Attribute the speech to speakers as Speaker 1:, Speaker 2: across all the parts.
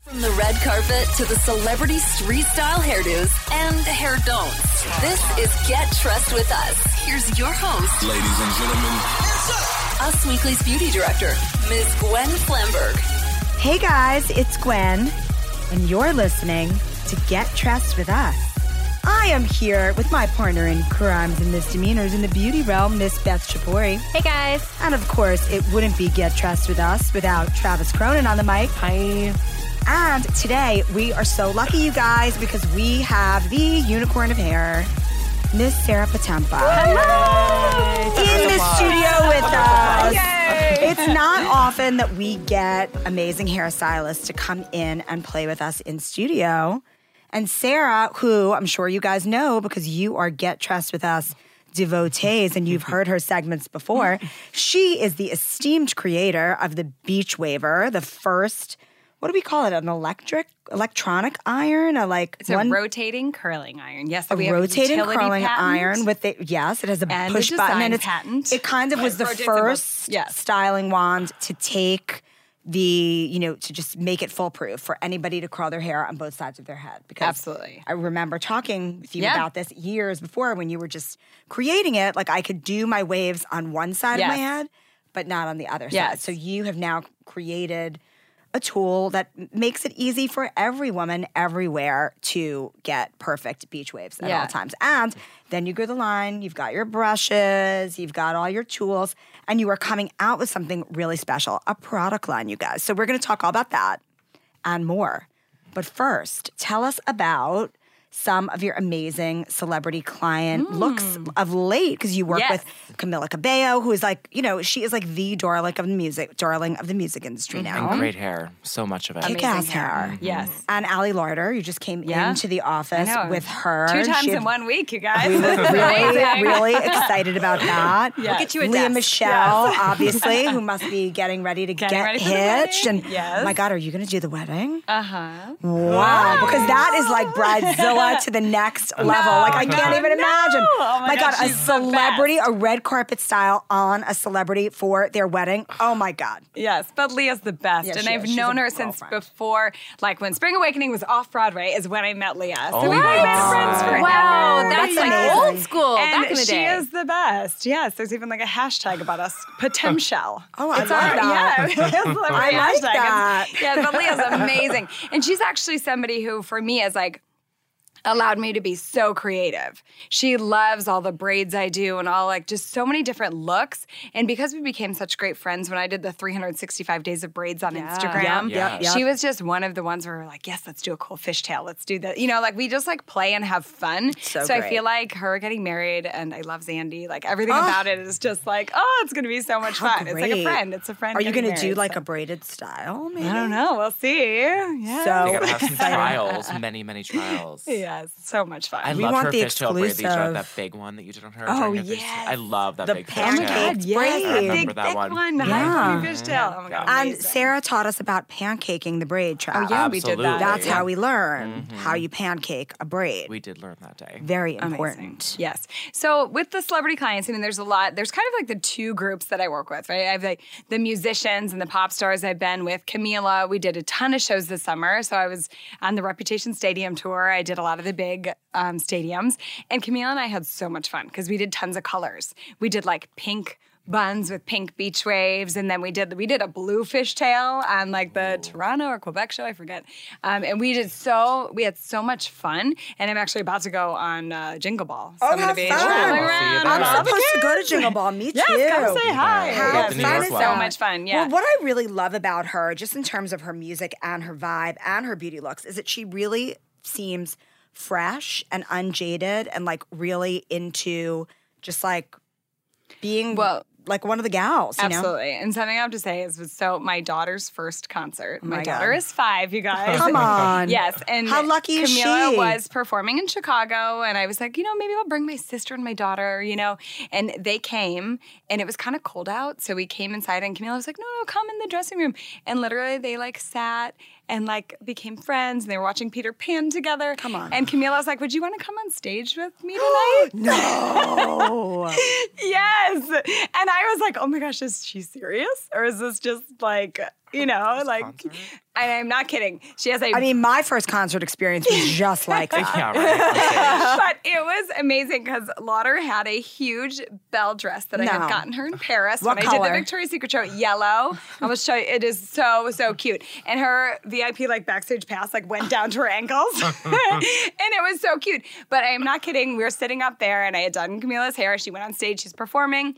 Speaker 1: From the red carpet to the celebrity street style hairdos and the hair don'ts, this is Get Trust with Us. Here's your host,
Speaker 2: Ladies and gentlemen,
Speaker 1: Us Weekly's beauty director, Ms. Gwen Flamberg.
Speaker 3: Hey guys, it's Gwen, and you're listening to Get Trust with Us. I am here with my partner in crimes and misdemeanors in the beauty realm, Miss Beth Chapori.
Speaker 4: Hey guys.
Speaker 3: And of course, it wouldn't be Get Trust with Us without Travis Cronin on the mic.
Speaker 4: Hi.
Speaker 3: And today, we are so lucky, you guys, because we have the unicorn of hair, Miss Sarah Patempa. in the studio with us. It's not often that we get amazing hairstylists to come in and play with us in studio. And Sarah, who I'm sure you guys know because you are Get Trust with Us devotees and you've heard her segments before, she is the esteemed creator of the Beach Waver, the first. What do we call it? An electric, electronic iron, a like
Speaker 4: It's a rotating curling iron. Yes,
Speaker 3: a
Speaker 4: we have
Speaker 3: rotating
Speaker 4: utility
Speaker 3: curling
Speaker 4: patent.
Speaker 3: iron with it. Yes, it has a
Speaker 4: And a
Speaker 3: push button,
Speaker 4: design
Speaker 3: and it's
Speaker 4: patent.
Speaker 3: it kind of was the
Speaker 4: rotates in both-
Speaker 3: first
Speaker 4: yes.
Speaker 3: styling wand to take the you know to just make it foolproof for anybody to curl their hair on both sides of their head. Because
Speaker 4: Absolutely.
Speaker 3: I remember talking with you
Speaker 4: Yeah.
Speaker 3: about this years before when you were just creating it. Like I could do my waves on one side of my
Speaker 4: Yes.
Speaker 3: head, but not on the other side.
Speaker 4: Yes.
Speaker 3: So you have now created. A tool that m- makes it easy for every woman everywhere to get perfect beach waves at all
Speaker 4: Yeah.
Speaker 3: times. And then you go the line, you've got your brushes, you've got all your tools, and you are coming out with something really special a product line, you guys. So we're going to talk all about that and more. But first, tell us about some of your amazing celebrity client looks of late because you work
Speaker 4: Hmm. Yes.
Speaker 3: with Camila Cabello, who is like, you know, she is like the darling of the music, darling of the music industry now.
Speaker 5: Great hair. So much of it.
Speaker 3: Kick ass hair.
Speaker 4: Mm-hmm. Yes.
Speaker 3: And Allie Larder, you just came
Speaker 4: Yeah.
Speaker 3: into the office
Speaker 4: I know.
Speaker 3: with her.
Speaker 4: Two times
Speaker 3: She had
Speaker 4: in one week, you guys.
Speaker 3: really,
Speaker 4: Amazing.
Speaker 3: really excited about that.
Speaker 4: We'll get you a
Speaker 3: Leah
Speaker 4: desk.
Speaker 3: Michelle, obviously, who must be getting ready to
Speaker 4: Getting
Speaker 3: get
Speaker 4: ready for the
Speaker 3: hitched.
Speaker 4: wedding.
Speaker 3: and
Speaker 4: Yes.
Speaker 3: my God, are you going to do the wedding?
Speaker 4: Uh huh.
Speaker 3: wow, because that is like bridezilla to the next level. Like I can't even imagine.
Speaker 4: Oh my God,
Speaker 3: a
Speaker 4: she's the best.
Speaker 3: celebrity, a red carpet style on a celebrity for their wedding. Oh my God.
Speaker 4: Yes, but Leah's the best,
Speaker 3: Yeah,
Speaker 4: and
Speaker 3: she
Speaker 4: I've
Speaker 3: is. She's
Speaker 4: known
Speaker 3: a
Speaker 4: her since
Speaker 3: girlfriend.
Speaker 4: before, like when Spring Awakening was off Broadway, is when I met Leah. So
Speaker 5: Oh
Speaker 4: we've
Speaker 5: my
Speaker 4: been
Speaker 5: God.
Speaker 4: friends forever.
Speaker 6: Wow, that's,
Speaker 3: That's
Speaker 6: like
Speaker 3: amazing.
Speaker 6: old school
Speaker 4: And
Speaker 6: back in the
Speaker 4: she
Speaker 6: day.
Speaker 4: is the best. Yes, there's even like a hashtag about us, Potemshell.
Speaker 3: Oh, I
Speaker 4: it's
Speaker 3: love
Speaker 4: our,
Speaker 3: that.
Speaker 4: Yeah, it's like
Speaker 3: I
Speaker 4: a
Speaker 3: like
Speaker 4: hashtag.
Speaker 3: that.
Speaker 4: It's- Yeah, but Leah's amazing, and she's actually somebody who, for me, is like allowed me to be so creative. She loves all the braids I do and all like just so many different looks. And because we became such great friends when I did the 365 days of braids on Instagram,
Speaker 5: Yep, yep,
Speaker 3: yep.
Speaker 4: she was just one of the ones where we were like, yes, let's do a cool fishtail. Let's do that. You know, like we just like play and have fun.
Speaker 3: So
Speaker 4: I
Speaker 3: great. Oh.
Speaker 4: feel like her getting married and I love Zandy. Like everything about it is just like, oh, it's going to be so much
Speaker 3: How
Speaker 4: fun. It's like
Speaker 3: great.
Speaker 4: a friend. It's a friend.
Speaker 3: Are you
Speaker 4: going to
Speaker 3: do like a braided style? Maybe?
Speaker 4: I don't know. We'll see. Yeah.
Speaker 5: They
Speaker 3: So
Speaker 5: gotta have some trials, many, many trials.
Speaker 4: yeah, it's so much fun.
Speaker 5: I
Speaker 3: We
Speaker 5: love
Speaker 3: want
Speaker 5: her
Speaker 3: the
Speaker 5: fishtail braid that you did
Speaker 3: exclusive.
Speaker 5: on that big one that you did on her. during
Speaker 4: Oh,
Speaker 5: her fishtail.
Speaker 4: yes.
Speaker 5: I love that
Speaker 3: The
Speaker 5: big
Speaker 3: pancake
Speaker 5: fishtail.
Speaker 3: braid.
Speaker 4: yes.
Speaker 5: I remember
Speaker 4: Big,
Speaker 5: that
Speaker 4: big
Speaker 5: one.
Speaker 4: one.
Speaker 3: Yeah.
Speaker 4: Yeah. Fishtail. Oh my God.
Speaker 3: And
Speaker 4: amazing.
Speaker 3: Sarah taught us about pancaking the braid trap.
Speaker 4: Oh, yeah, we did that.
Speaker 5: Absolutely.
Speaker 3: That's
Speaker 5: Yeah.
Speaker 3: how we learn how you pancake a braid.
Speaker 5: We did learn that day.
Speaker 3: Very
Speaker 4: Amazing.
Speaker 3: important.
Speaker 4: Yes. So with the celebrity clients, I mean, there's a lot. There's kind of like the two groups that I work with, right? I have like the musicians and the pop stars I've been with. Camila, we did a ton of shows this summer. So I was on the Reputation Stadium tour. I did a lot of the big um, stadiums, and Camila and I had so much fun because we did tons of colors. We did like pink buns with pink beach waves and then we did we did a blue fishtail on like the toronto or quebec show i forget um, and we did so we had so much fun and i'm actually about to go on uh, jingle ball so i'm gonna
Speaker 3: have
Speaker 4: be
Speaker 3: fun.
Speaker 4: traveling
Speaker 3: I'll see you
Speaker 4: around
Speaker 5: there.
Speaker 4: with all
Speaker 3: I'm
Speaker 4: the
Speaker 3: supposed to go to Jingle Ball. Me
Speaker 4: Yes,
Speaker 3: too.
Speaker 4: come say hi.
Speaker 5: Yeah,
Speaker 3: How
Speaker 5: the New
Speaker 3: fun
Speaker 5: York
Speaker 3: is
Speaker 5: one.
Speaker 3: that?
Speaker 4: So much fun, yeah.
Speaker 3: Well, what I really love about her, just in terms of her music and her vibe and her beauty looks, is that she really seems fresh and unjaded and like really into just like being
Speaker 4: Well-
Speaker 3: like one of the gals. You Know?
Speaker 4: Absolutely. And something I have to say is was so my daughter's first concert. My,
Speaker 3: Oh my God.
Speaker 4: daughter is five, you guys.
Speaker 3: Come on.
Speaker 4: Yes. And
Speaker 3: How lucky
Speaker 4: Camila
Speaker 3: is she?
Speaker 4: was performing in Chicago and I was like, you know, maybe I'll bring my sister and my daughter, you know. And they came and it was kind of cold out. So we came inside and Camila was like, No, no, come in the dressing room. And literally they like sat and like became friends and they were watching Peter Pan together. Come
Speaker 3: on.
Speaker 4: And Camila was like, Would you want to come on stage with me tonight?
Speaker 3: No.
Speaker 4: Yes. And I was like, oh my gosh, is she serious? Or is this just like You know, like,
Speaker 5: concert?
Speaker 4: and I'm not kidding. She has a
Speaker 3: I mean, my first concert experience was just like that.
Speaker 5: Yeah, right. Okay.
Speaker 4: but it was amazing because Lauder had a huge bell dress that I
Speaker 3: No.
Speaker 4: had gotten her in Paris
Speaker 3: What
Speaker 4: when I
Speaker 3: color?
Speaker 4: did the Victoria's Secret show. Yellow. I will show you. It is so so cute. And her VIP like backstage pass like went down to her ankles, and it was so cute. But I am not kidding. We were sitting up there, and I had done Camila's hair. She went on stage. She's performing,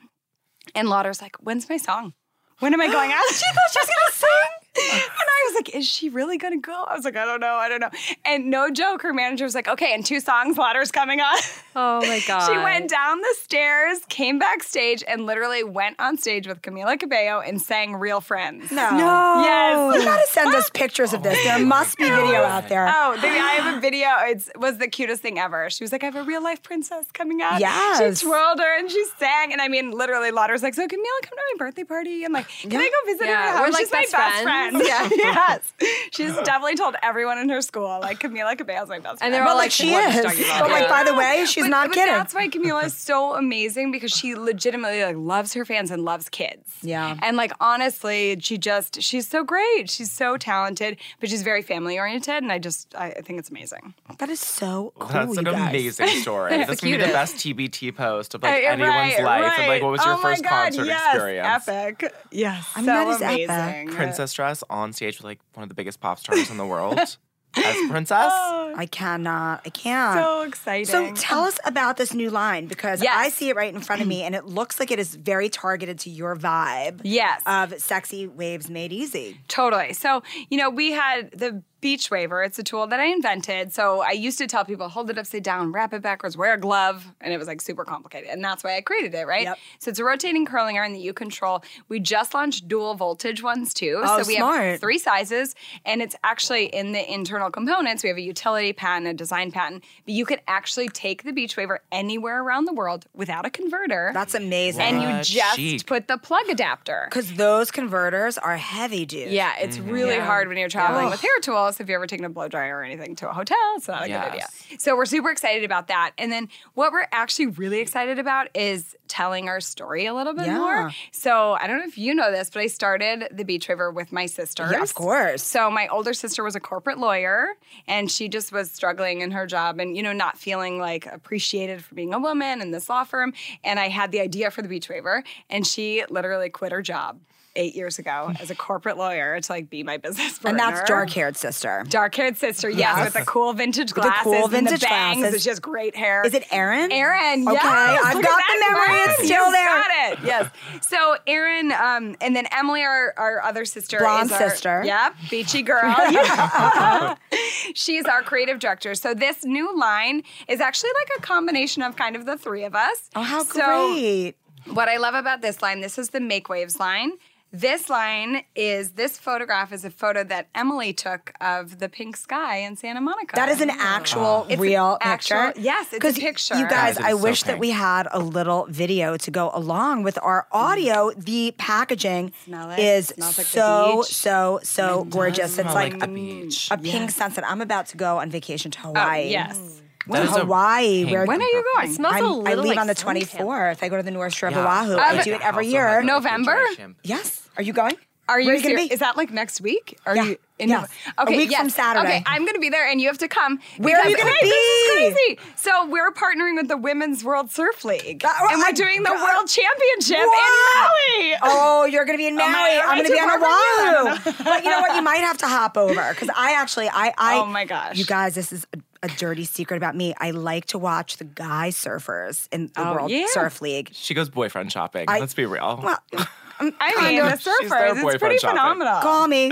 Speaker 4: and Lauder's like, "When's my song?" When am I going out? She thought she was gonna sing. And I was like, is she really gonna go? I was like, I don't know, I don't know. And no joke, her manager was like, okay, in two songs, Lauder's coming on.
Speaker 2: Oh my god.
Speaker 4: She went down the stairs, came backstage, and literally went on stage with Camila Cabello and sang Real Friends.
Speaker 3: No.
Speaker 4: Yes.
Speaker 3: You gotta send us pictures of this. There must be video out there.
Speaker 4: Oh, the, I have a video. It was the cutest thing ever. She was like, I have a real life princess coming out.
Speaker 3: Yes.
Speaker 4: She twirled her and she sang. And I mean, literally, Lauder's like, So, Camila, come to my birthday party. And like, can I go visit
Speaker 2: Yeah,
Speaker 4: her?
Speaker 2: we're
Speaker 4: house?
Speaker 2: like
Speaker 4: She's
Speaker 2: best
Speaker 4: my best
Speaker 2: friends."
Speaker 4: friend. Yeah. yes. She's definitely told everyone in her school, like, Camila Cabello's my best friend.
Speaker 2: And they're
Speaker 3: But
Speaker 2: all
Speaker 3: like she
Speaker 2: "What
Speaker 3: is.
Speaker 2: is she talking about?"
Speaker 3: But like by the way, she's
Speaker 4: But-
Speaker 3: not
Speaker 4: but
Speaker 3: kidding.
Speaker 4: That's why Camila is so amazing because she legitimately like loves her fans and loves kids.
Speaker 3: Yeah.
Speaker 4: And like honestly, she just she's so great. She's so talented, but she's very family oriented, and I just I, I think it's amazing.
Speaker 3: That is so cool.
Speaker 5: That's
Speaker 3: you
Speaker 5: an
Speaker 3: guys.
Speaker 5: amazing story. This can be the best TBT post of like
Speaker 4: Uh,
Speaker 5: anyone's
Speaker 4: right,
Speaker 5: life. And like,
Speaker 4: right.
Speaker 5: what was your
Speaker 4: Oh my
Speaker 5: first
Speaker 4: God,
Speaker 5: concert
Speaker 4: yes,
Speaker 5: experience?
Speaker 4: Epic. Yes.
Speaker 3: I mean,
Speaker 4: so
Speaker 3: that is epic.
Speaker 4: amazing.
Speaker 5: Princess dress on stage with like one of the biggest pop stars in the world as princess.
Speaker 3: I cannot. I can't.
Speaker 4: So exciting.
Speaker 3: So tell us about this new line because
Speaker 4: Yes.
Speaker 3: I see it right in front of me and it looks like it is very targeted to your vibe
Speaker 4: Yes.
Speaker 3: of sexy waves made easy.
Speaker 4: Totally. So, you know, we had the beach waver. It's a tool that I invented. So I used to tell people, hold it upside down, wrap it backwards, wear a glove. And it was like super complicated. And that's why I created it, right?
Speaker 3: Yep.
Speaker 4: So it's a rotating curling iron that you control. We just launched dual voltage ones too.
Speaker 3: Oh,
Speaker 4: so we
Speaker 3: smart.
Speaker 4: have three sizes. And it's actually in the internal components. We have a utility patent, a design patent. But you can actually take the beach waver anywhere around the world without a converter.
Speaker 3: That's amazing.
Speaker 4: and
Speaker 5: Wow.
Speaker 4: you just
Speaker 5: Chic.
Speaker 4: put the plug adapter.
Speaker 3: because those converters are heavy, dude.
Speaker 4: Yeah, it's really hard when you're traveling with hair tools. If you're ever taking a blow dryer or anything to a hotel, it's not a
Speaker 5: Yes.
Speaker 4: good idea. So we're super excited about that. And then what we're actually really excited about is telling our story a little bit
Speaker 3: Yeah.
Speaker 4: more. So I don't know if you know this, but I started the Beach River with my sisters.
Speaker 3: Yeah, of course.
Speaker 4: So my older sister was a corporate lawyer, and she just was struggling in her job, and you know, not feeling like appreciated for being a woman in this law firm. And I had the idea for the beach waiver, and she literally quit her job eight years ago as a corporate lawyer to like be my business
Speaker 3: And
Speaker 4: partner.
Speaker 3: that's dark haired sister.
Speaker 4: Dark haired sister, yes, with the cool vintage
Speaker 3: the
Speaker 4: glasses,
Speaker 3: cool
Speaker 4: and
Speaker 3: vintage
Speaker 4: the bangs,
Speaker 3: glasses.
Speaker 4: and she has great hair.
Speaker 3: Is it Erin?
Speaker 4: Erin,
Speaker 3: Okay,
Speaker 4: yes,
Speaker 3: I've
Speaker 4: look at
Speaker 3: got
Speaker 4: that
Speaker 3: the memory. It's
Speaker 4: smile.
Speaker 3: still
Speaker 4: You
Speaker 3: there.
Speaker 4: Got it. Yes. So Erin, um, and then Emily, our, our other sister,
Speaker 3: Blonde
Speaker 4: is our-
Speaker 3: sister.
Speaker 4: Yep, beachy girl. She's our creative director. So this new line is actually like a combination of kind of the three of us.
Speaker 3: Oh, how
Speaker 4: So
Speaker 3: great.
Speaker 4: what I love about this line, this is the Make Waves line. This line is this photograph is a photo that Emily took of the pink sky in Santa Monica.
Speaker 3: That is an actual
Speaker 4: It's an
Speaker 3: real
Speaker 4: actual-
Speaker 3: picture.
Speaker 4: yes, it's a
Speaker 3: 'Cause
Speaker 4: picture.
Speaker 3: You guys,
Speaker 5: Guys, it
Speaker 3: I
Speaker 5: Ah. is so
Speaker 3: wish that
Speaker 5: pink.
Speaker 3: we had a little video to go along with our audio. The packaging
Speaker 4: Mm. Smell it.
Speaker 3: is
Speaker 4: Smells like the
Speaker 3: so,
Speaker 4: beach.
Speaker 3: so, so gorgeous. It's
Speaker 5: Smell
Speaker 3: like,
Speaker 5: the beach.
Speaker 3: a, a pink sunset. I'm about to go on vacation to
Speaker 4: Oh,
Speaker 3: Hawaii.
Speaker 4: yes.
Speaker 3: When
Speaker 5: That is a
Speaker 3: Hawaii,
Speaker 5: pink
Speaker 3: where
Speaker 4: When are you
Speaker 2: It
Speaker 4: going?
Speaker 2: smells
Speaker 3: I'm-
Speaker 2: a
Speaker 3: I
Speaker 2: little
Speaker 3: leave
Speaker 2: like
Speaker 3: on the
Speaker 2: summer camp.
Speaker 3: 24th. I go to the North Shore of
Speaker 5: Yeah.
Speaker 3: Oahu. I
Speaker 4: but-
Speaker 3: do it
Speaker 5: Also
Speaker 3: every
Speaker 5: has,
Speaker 3: year.
Speaker 5: like,
Speaker 4: No- November?
Speaker 5: refrigeration.
Speaker 3: Yes. Are you going?
Speaker 4: Are you,
Speaker 3: Where gonna
Speaker 4: ser-
Speaker 3: be?
Speaker 4: Is that like next week? Are
Speaker 3: Yeah.
Speaker 4: you in
Speaker 3: Yes. A
Speaker 4: Okay,
Speaker 3: week
Speaker 4: yes.
Speaker 3: from Saturday.
Speaker 4: Okay, I'm gonna be there and you have to come.
Speaker 3: Where are
Speaker 4: because-
Speaker 3: you gonna
Speaker 4: Wait, This is
Speaker 3: be?
Speaker 4: crazy. So we're partnering with the Women's World Surf League.
Speaker 3: Uh, well,
Speaker 4: and
Speaker 3: I-
Speaker 4: we're doing the
Speaker 3: uh,
Speaker 4: World Championship
Speaker 3: Wow.
Speaker 4: in Maui.
Speaker 3: Oh, you're gonna be in Maui.
Speaker 4: Am I- am I
Speaker 3: I'm gonna
Speaker 4: too
Speaker 3: be on
Speaker 4: far from
Speaker 3: Oahu. But you know what? You might have to hop over because I actually, I, I.
Speaker 4: Oh my gosh.
Speaker 3: You guys, this is a, a dirty secret about me. I like to watch the guy surfers in the
Speaker 4: Oh,
Speaker 3: World
Speaker 4: yeah.
Speaker 3: Surf League.
Speaker 5: She goes boyfriend shopping.
Speaker 3: I-
Speaker 5: Let's be real.
Speaker 3: Well,
Speaker 4: I mean, the
Speaker 5: She's their
Speaker 4: surfers, it's
Speaker 5: boyfriend
Speaker 4: pretty
Speaker 5: shopping.
Speaker 4: phenomenal.
Speaker 3: call me.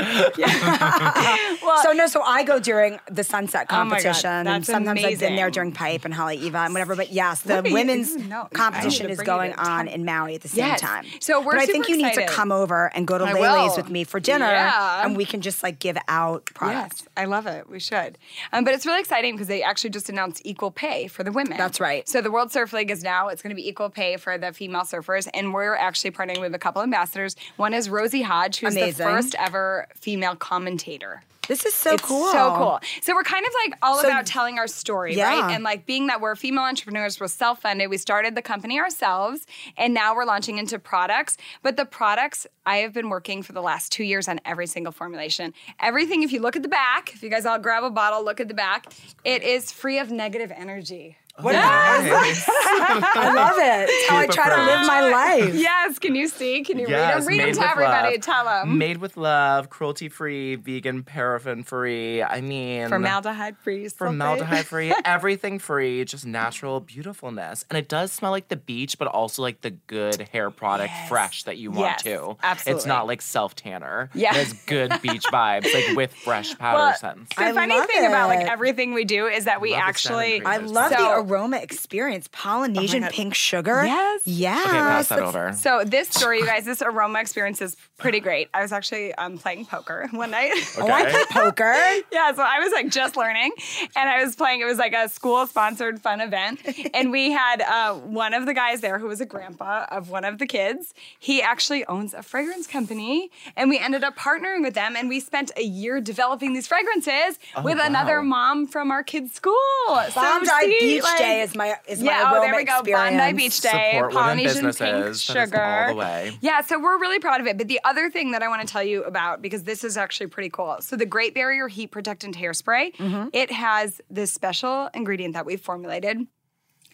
Speaker 3: so no, so I go during the sunset
Speaker 4: Oh my God,
Speaker 3: competition, and
Speaker 4: that's
Speaker 3: sometimes I've been there
Speaker 4: amazing.
Speaker 3: during pipe and Holly Eva and whatever. But yes, the
Speaker 4: Look at you.
Speaker 3: women's
Speaker 4: Ooh, no, I need to
Speaker 3: competition is
Speaker 4: bring you to
Speaker 3: going
Speaker 4: the
Speaker 3: on
Speaker 4: time.
Speaker 3: in Maui at the same
Speaker 4: Yes.
Speaker 3: time.
Speaker 4: So we're
Speaker 3: but I
Speaker 4: super
Speaker 3: think you need to
Speaker 4: excited.
Speaker 3: come over and go to
Speaker 4: I
Speaker 3: Lele's
Speaker 4: will.
Speaker 3: with me for dinner,
Speaker 4: Yeah.
Speaker 3: and we can just like give out products.
Speaker 4: Yes, I love it. We should. Um, but it's really exciting because they actually just announced equal pay for the women.
Speaker 3: That's right.
Speaker 4: So the World Surf League is now, it's going to be equal pay for the female surfers. And we're actually partnering with a couple ambassadors. One is Rosie Hodge, who's
Speaker 3: Amazing.
Speaker 4: the first ever female commentator.
Speaker 3: This is so
Speaker 4: It's
Speaker 3: cool.
Speaker 4: so cool. So we're kind of like all
Speaker 3: So-
Speaker 4: about telling our story,
Speaker 3: Yeah.
Speaker 4: right? And like being that we're female entrepreneurs, we're self-funded. We started the company ourselves, and now we're launching into products. But the products, I have been working for the last two years on every single formulation. Everything, if you look at the back, if you guys all grab a bottle, look at the back. It is free of negative energy.
Speaker 5: What yes!
Speaker 3: I love it. It's how I
Speaker 5: Keep it
Speaker 3: try to
Speaker 5: fresh.
Speaker 3: live my life.
Speaker 4: Yes, can you see? Can you read
Speaker 5: Yes,
Speaker 4: them? Read
Speaker 5: made
Speaker 4: them to
Speaker 5: with
Speaker 4: everybody.
Speaker 5: love.
Speaker 4: Tell them.
Speaker 5: Made with love, cruelty free, vegan, paraffin free. I mean,
Speaker 4: Formaldehyde free.
Speaker 5: formaldehyde free, everything free, just natural beautifulness. And it does smell like the beach, but also like the good hair product, fresh that you
Speaker 4: Yes,
Speaker 5: want to. It's
Speaker 4: absolutely.
Speaker 5: not like self tanner.
Speaker 4: Yeah.
Speaker 5: it's good beach vibes, like with fresh powder
Speaker 4: Well,
Speaker 5: scents.
Speaker 4: The
Speaker 3: I
Speaker 4: funny
Speaker 3: love
Speaker 4: thing about like
Speaker 3: it.
Speaker 4: everything we do is that we
Speaker 5: Love the scent
Speaker 4: actually
Speaker 5: and
Speaker 3: I
Speaker 5: Yes.
Speaker 3: love the
Speaker 4: So- Oh
Speaker 3: aroma experience. Polynesian
Speaker 5: God.
Speaker 3: pink sugar.
Speaker 4: Yes.
Speaker 3: Yes.
Speaker 5: Okay, pass that
Speaker 3: That's-
Speaker 5: over.
Speaker 4: So this story, you guys, this aroma experience is pretty great. I was actually um, playing poker one night.
Speaker 3: Oh, I play poker.
Speaker 4: yeah, so I was like just learning, and I was playing. It was like a school-sponsored fun event, and we had uh, one of the guys there who was a grandpa of one of the kids. He actually owns a fragrance company, and we ended up partnering with them, and we spent a year developing these fragrances with
Speaker 5: wow.
Speaker 4: another mom from our kids' school. So
Speaker 3: Bondi
Speaker 4: see,
Speaker 3: Beach
Speaker 4: like-
Speaker 3: Day is my is my
Speaker 4: yeah,
Speaker 3: aroma
Speaker 4: oh, there we go.
Speaker 3: experience.
Speaker 4: Bondi Beach Day,
Speaker 5: Support women
Speaker 4: Polynesian pink
Speaker 5: businesses. That is
Speaker 4: sugar.
Speaker 5: all the way.
Speaker 4: Yeah, so we're really proud of it. But the other thing that I want to tell you about, because this is actually pretty cool. So the Great Barrier Heat Protectant Hairspray,
Speaker 3: Mm-hmm.
Speaker 4: it has this special ingredient that we've formulated.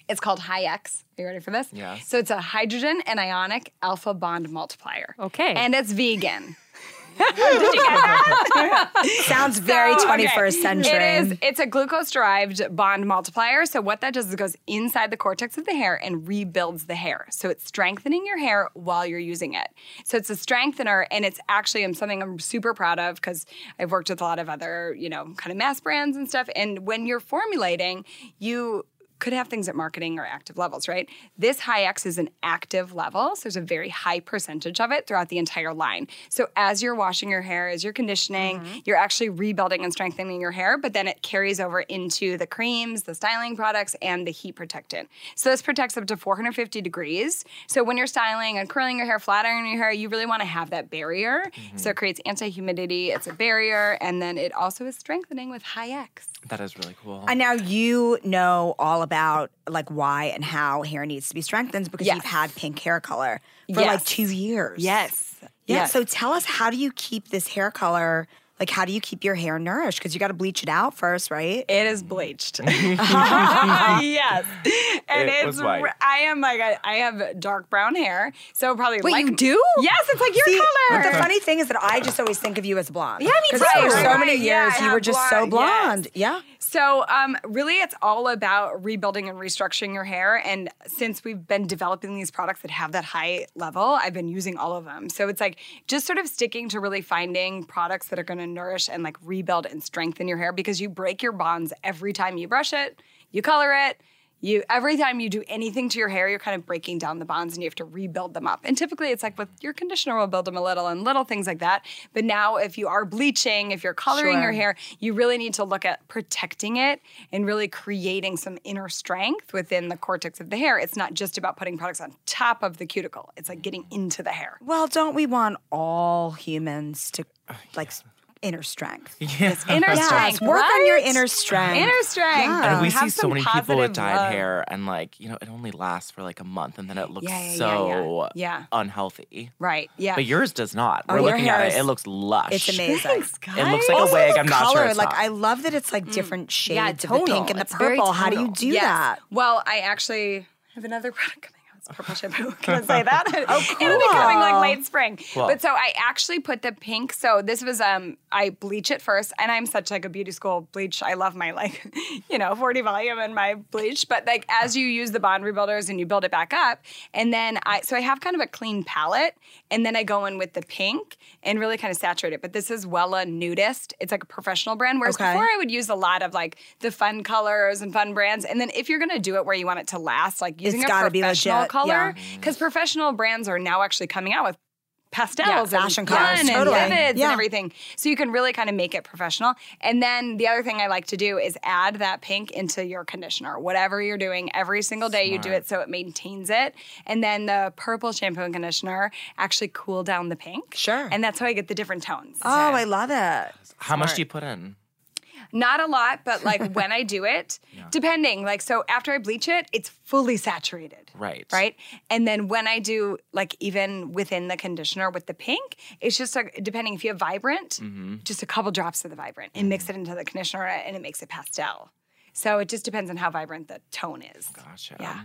Speaker 4: It's called High X. Are you ready for this?
Speaker 5: Yeah.
Speaker 4: So it's a hydrogen and ionic alpha bond multiplier.
Speaker 2: Okay.
Speaker 4: And it's vegan.
Speaker 3: Sounds very
Speaker 4: So, okay.
Speaker 3: 21st century.
Speaker 4: It is. It's a glucose derived bond multiplier. So what that does is it goes inside the cortex of the hair and rebuilds the hair. So it's strengthening your hair while you're using it. So it's a strengthener, and it's actually um, something I'm super proud of because I've worked with a lot of other you know kind of mass brands and stuff. And when you're formulating, you could have things at marketing or active levels, right? This high X is an active level, so there's a very high percentage of it throughout the entire line. So as you're washing your hair, as you're conditioning,
Speaker 3: Mm-hmm.
Speaker 4: you're actually rebuilding and strengthening your hair, but then it carries over into the creams, the styling products, and the heat protectant. So this protects up to 450 degrees. So when you're styling and curling your hair, flat ironing your hair, you really want to have that barrier.
Speaker 3: Mm-hmm.
Speaker 4: So it creates anti-humidity, it's a barrier, and then it also is strengthening with high X.
Speaker 5: That is really cool.
Speaker 3: And now you know all about like why and how hair needs to be strengthened because
Speaker 4: Yes.
Speaker 3: you've had pink hair color for
Speaker 4: Yes.
Speaker 3: like two years.
Speaker 4: Yes.
Speaker 3: Yeah.
Speaker 4: Yes.
Speaker 3: So tell us, how do you keep this hair color? Like, how do you keep your hair nourished? Because you got to bleach it out first, right?
Speaker 4: It is bleached. yes, and
Speaker 5: It
Speaker 4: it's.
Speaker 5: was white.
Speaker 4: r- I am like I, I have dark brown hair, so probably.
Speaker 3: Wait,
Speaker 4: like,
Speaker 3: you do?
Speaker 4: Yes, it's like your
Speaker 3: See,
Speaker 4: color.
Speaker 3: but the funny thing is that I just always think of you as blonde. Yeah,
Speaker 4: me too.
Speaker 3: For
Speaker 4: Right,
Speaker 3: so
Speaker 4: right,
Speaker 3: many
Speaker 4: yeah,
Speaker 3: years, you
Speaker 4: yeah,
Speaker 3: were just so
Speaker 4: blonde,
Speaker 3: blonde.
Speaker 4: yes.
Speaker 3: Yeah.
Speaker 4: So, um, really, it's all about rebuilding and restructuring your hair. And since we've been developing these products that have that high level, I've been using all of them. So it's like just sort of sticking to really finding products that are going to nourish and like rebuild and strengthen your hair because you break your bonds every time you brush it, you color it. You every time you do anything to your hair, you're kind of breaking down the bonds and you have to rebuild them up. And typically, it's like with your conditioner, we'll build them a little and little things like that. But now, if you are bleaching, if you're coloring
Speaker 3: Sure.
Speaker 4: your hair hair, you really need to look at protecting it and really creating some inner strength within the cortex of the hair. It's not just about putting products on top of the cuticle, it's like getting into the hair.
Speaker 3: Well, don't we want all humans to
Speaker 5: Oh,
Speaker 3: like s- inner strength?
Speaker 4: It's inner
Speaker 3: Yes,
Speaker 4: strength.
Speaker 3: work on your
Speaker 4: right?
Speaker 3: inner strength.
Speaker 4: Inner strength.
Speaker 3: Yeah.
Speaker 5: And we
Speaker 4: Uh, Have
Speaker 5: see so
Speaker 4: some
Speaker 5: many people
Speaker 4: positive
Speaker 5: with dyed
Speaker 4: love.
Speaker 5: hair, and like you know, it only lasts for like a month, and then it looks
Speaker 4: Yeah, yeah, yeah,
Speaker 5: so
Speaker 4: yeah. Yeah.
Speaker 5: unhealthy.
Speaker 4: Right. Oh, Yeah.
Speaker 5: But yours does not. We're
Speaker 3: your
Speaker 5: looking at
Speaker 3: hair
Speaker 5: it;
Speaker 3: is-
Speaker 5: it looks lush.
Speaker 3: It's amazing.
Speaker 5: It looks like a
Speaker 3: Also
Speaker 5: wig.
Speaker 3: the
Speaker 5: I'm not
Speaker 3: color,
Speaker 5: sure. It's
Speaker 3: like
Speaker 5: not.
Speaker 3: I love that it's like different shades of the
Speaker 2: tonal.
Speaker 3: pink and the
Speaker 2: It's very
Speaker 3: purple. How do you
Speaker 2: tonal.
Speaker 3: do
Speaker 4: Yes.
Speaker 3: that?
Speaker 4: Well, I actually have another product coming out. It's purple shampoo. Can I say that? oh, cool. It'll be coming like late spring. But so I actually put the pink. So this was um I bleach it first, and I'm such like a beauty school bleach. I love my like, you know, 40 volume and my bleach. But like as you use the bond rebuilders and you build it back up, and then I so I have kind of a clean palette, and then I go in with the pink and really kind of saturate it. But this is Wella Nudist. It's like a professional brand. Whereas
Speaker 3: Okay.
Speaker 4: before I would use a lot of like the fun colors and fun brands. And then if you're gonna do it where you want it to last, like using
Speaker 3: It's
Speaker 4: a
Speaker 3: gotta be
Speaker 4: professional
Speaker 3: legit,
Speaker 4: color, because professional brands are now actually coming out with pastels and
Speaker 3: Fashion
Speaker 4: fun
Speaker 3: colors,
Speaker 4: and
Speaker 3: totally.
Speaker 4: vivids
Speaker 3: Yeah.
Speaker 4: and everything. So you can really kind of make it professional. And then the other thing I like to do is add that pink into your conditioner, whatever you're doing every single day. You do it so it maintains it. And then the purple shampoo and conditioner actually cool down the pink.
Speaker 3: Sure.
Speaker 4: And that's how I get the different tones.
Speaker 3: Oh, I love it.
Speaker 5: How much do you put in?
Speaker 4: Not a lot, but like when I do it, depending. Like, so after I bleach it, it's fully saturated.
Speaker 5: Right.
Speaker 4: Right. And then when I do, like, even within the conditioner with the pink, it's just like, depending if you have vibrant,
Speaker 3: Mm-hmm.
Speaker 4: just a couple drops of the vibrant and mix it into the conditioner and it makes it pastel. So it just depends on how vibrant the tone is.
Speaker 5: Gotcha.
Speaker 4: Yeah.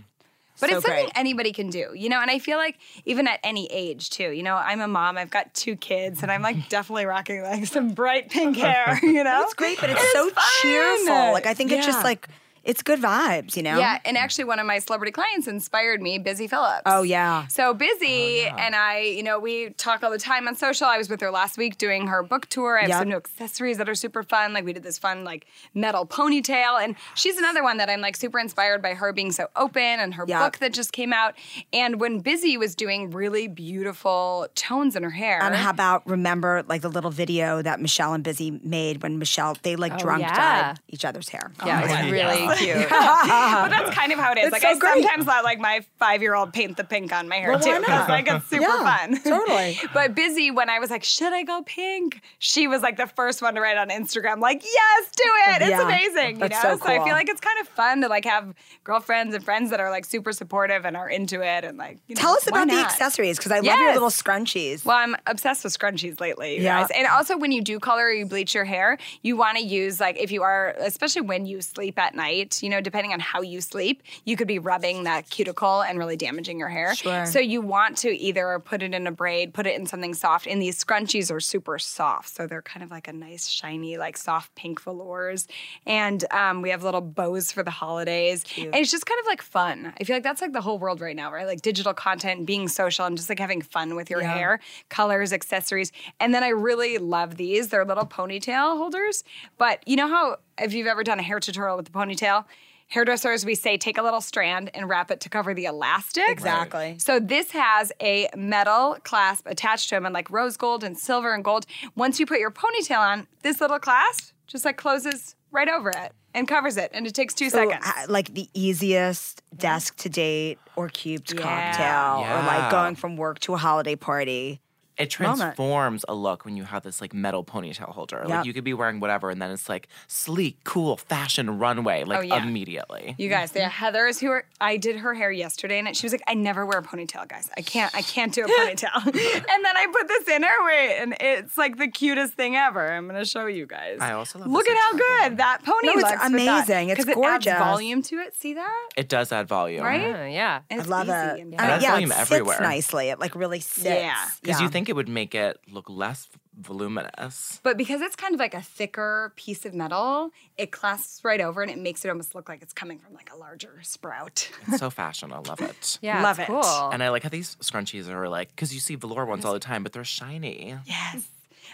Speaker 4: But
Speaker 3: So
Speaker 4: it's something
Speaker 3: great.
Speaker 4: anybody can do, you know. And I feel like even at any age, too, you know, I'm a mom. I've got two kids, and I'm like definitely rocking like some bright pink hair, you know.
Speaker 3: It's great, but it's, so
Speaker 4: fun.
Speaker 3: cheerful. Like I think it's just
Speaker 4: Yeah.
Speaker 3: like it's good vibes, you know?
Speaker 4: Yeah, and actually, one of my celebrity clients inspired me, Busy Phillips.
Speaker 3: Oh, yeah. Oh,
Speaker 4: So busy, and I, you know, we talk all the time on social. I was with her last week doing her book tour. I have
Speaker 3: Yep.
Speaker 4: some new accessories that are super fun. Like we did this fun like metal ponytail, and she's another one that I'm like super inspired by her being so open and her
Speaker 3: Yep.
Speaker 4: book that just came out. And when Busy was doing really beautiful tones in her hair,
Speaker 3: And how about remember like the little video that Michelle and Busy made when Michelle they like drunk
Speaker 4: Oh, yeah.
Speaker 3: dyed each other's hair.
Speaker 4: Yeah, it's really cute. but that's kind of how it is. like
Speaker 3: so
Speaker 4: I
Speaker 3: great.
Speaker 4: sometimes let like my five year old paint the pink on my hair
Speaker 3: Well,
Speaker 4: too.
Speaker 3: why
Speaker 4: 'cause,
Speaker 3: not?
Speaker 4: Like it's super
Speaker 3: Oh, Yeah,
Speaker 4: fun.
Speaker 3: totally.
Speaker 4: but busy when I was like, should I go pink? She was like the first one to write on Instagram, like, yes, do it. It's
Speaker 3: Yeah,
Speaker 4: amazing. You
Speaker 3: that's
Speaker 4: know?
Speaker 3: so
Speaker 4: I
Speaker 3: cool.
Speaker 4: feel like it's kind of fun to like have girlfriends and friends that are like super supportive and are into it and like you know,
Speaker 3: Tell us
Speaker 4: why
Speaker 3: about the
Speaker 4: not?
Speaker 3: accessories because I love your
Speaker 4: Yes.
Speaker 3: little scrunchies.
Speaker 4: Well, I'm obsessed with scrunchies lately, you
Speaker 3: Yeah.
Speaker 4: guys. And also, when you do color or you bleach your hair, you want to use, like, if you are, especially when you sleep at night, you know, depending on how you sleep, you could be rubbing that cuticle and really damaging your hair.
Speaker 3: Sure.
Speaker 4: So, you want to either put it in a braid, put it in something soft. And these scrunchies are super soft. So, they're kind of like a nice, shiny, like soft pink velours. And um, we have little bows for the holidays. And it's just kind of like fun. I feel like that's like the whole world right now, right? Like digital content, being social, and just like having fun with your
Speaker 3: Yeah.
Speaker 4: hair colors, accessories. And then I really love these. They're little ponytail holders. But you know how, if you've ever done a hair tutorial with the ponytail, hairdressers, we say take a little strand and wrap it to cover the elastic.
Speaker 3: Exactly.
Speaker 4: So this has a metal clasp attached to them in like rose gold and silver and gold. Once you put your ponytail on, this little clasp just like closes right over it and covers it. And it takes two
Speaker 3: So,
Speaker 4: seconds.
Speaker 3: uh, like the easiest desk to date or cubed
Speaker 4: Yeah.
Speaker 3: cocktail or like
Speaker 5: Yeah.
Speaker 3: going from work to a holiday party.
Speaker 5: It transforms a look when you have this like metal ponytail holder.
Speaker 3: Yep.
Speaker 5: Like you could be wearing whatever, and then it's like sleek, cool, fashion runway, like
Speaker 4: Oh, yeah.
Speaker 5: immediately.
Speaker 4: You guys, the Heather's who are, I did her hair yesterday, and she was like, "I never wear a ponytail, guys. I can't. I can't do a ponytail." and then I put this in her way, and it's like the cutest thing ever. I'm gonna show you guys.
Speaker 5: I also love
Speaker 4: Look
Speaker 5: this
Speaker 4: at how
Speaker 5: extra one.
Speaker 4: good that pony
Speaker 3: No, it's
Speaker 4: looks. with that,
Speaker 3: amazing. It's
Speaker 4: 'cause it adds
Speaker 3: gorgeous.
Speaker 4: volume to it. See that?
Speaker 5: It does add volume.
Speaker 4: Right?
Speaker 2: Oh, yeah.
Speaker 4: And
Speaker 3: I
Speaker 4: it's
Speaker 3: love
Speaker 4: easy
Speaker 3: it.
Speaker 4: and
Speaker 3: And
Speaker 4: fun.
Speaker 5: that's
Speaker 3: yeah,
Speaker 5: volume
Speaker 3: it sits
Speaker 5: everywhere.
Speaker 3: nicely. It like really sits.
Speaker 4: Yeah.
Speaker 5: Because
Speaker 3: Yeah.
Speaker 5: you think it would make it look less voluminous.
Speaker 4: But because it's kind of like a thicker piece of metal, it clasps right over and it makes it almost look like it's coming from like a larger sprout.
Speaker 5: It's so fashion. I love it.
Speaker 2: Yeah.
Speaker 3: Love
Speaker 2: it's
Speaker 3: it.
Speaker 2: Cool.
Speaker 5: And I like how these scrunchies are like, because you see velour ones all the time, but they're shiny.
Speaker 4: yes.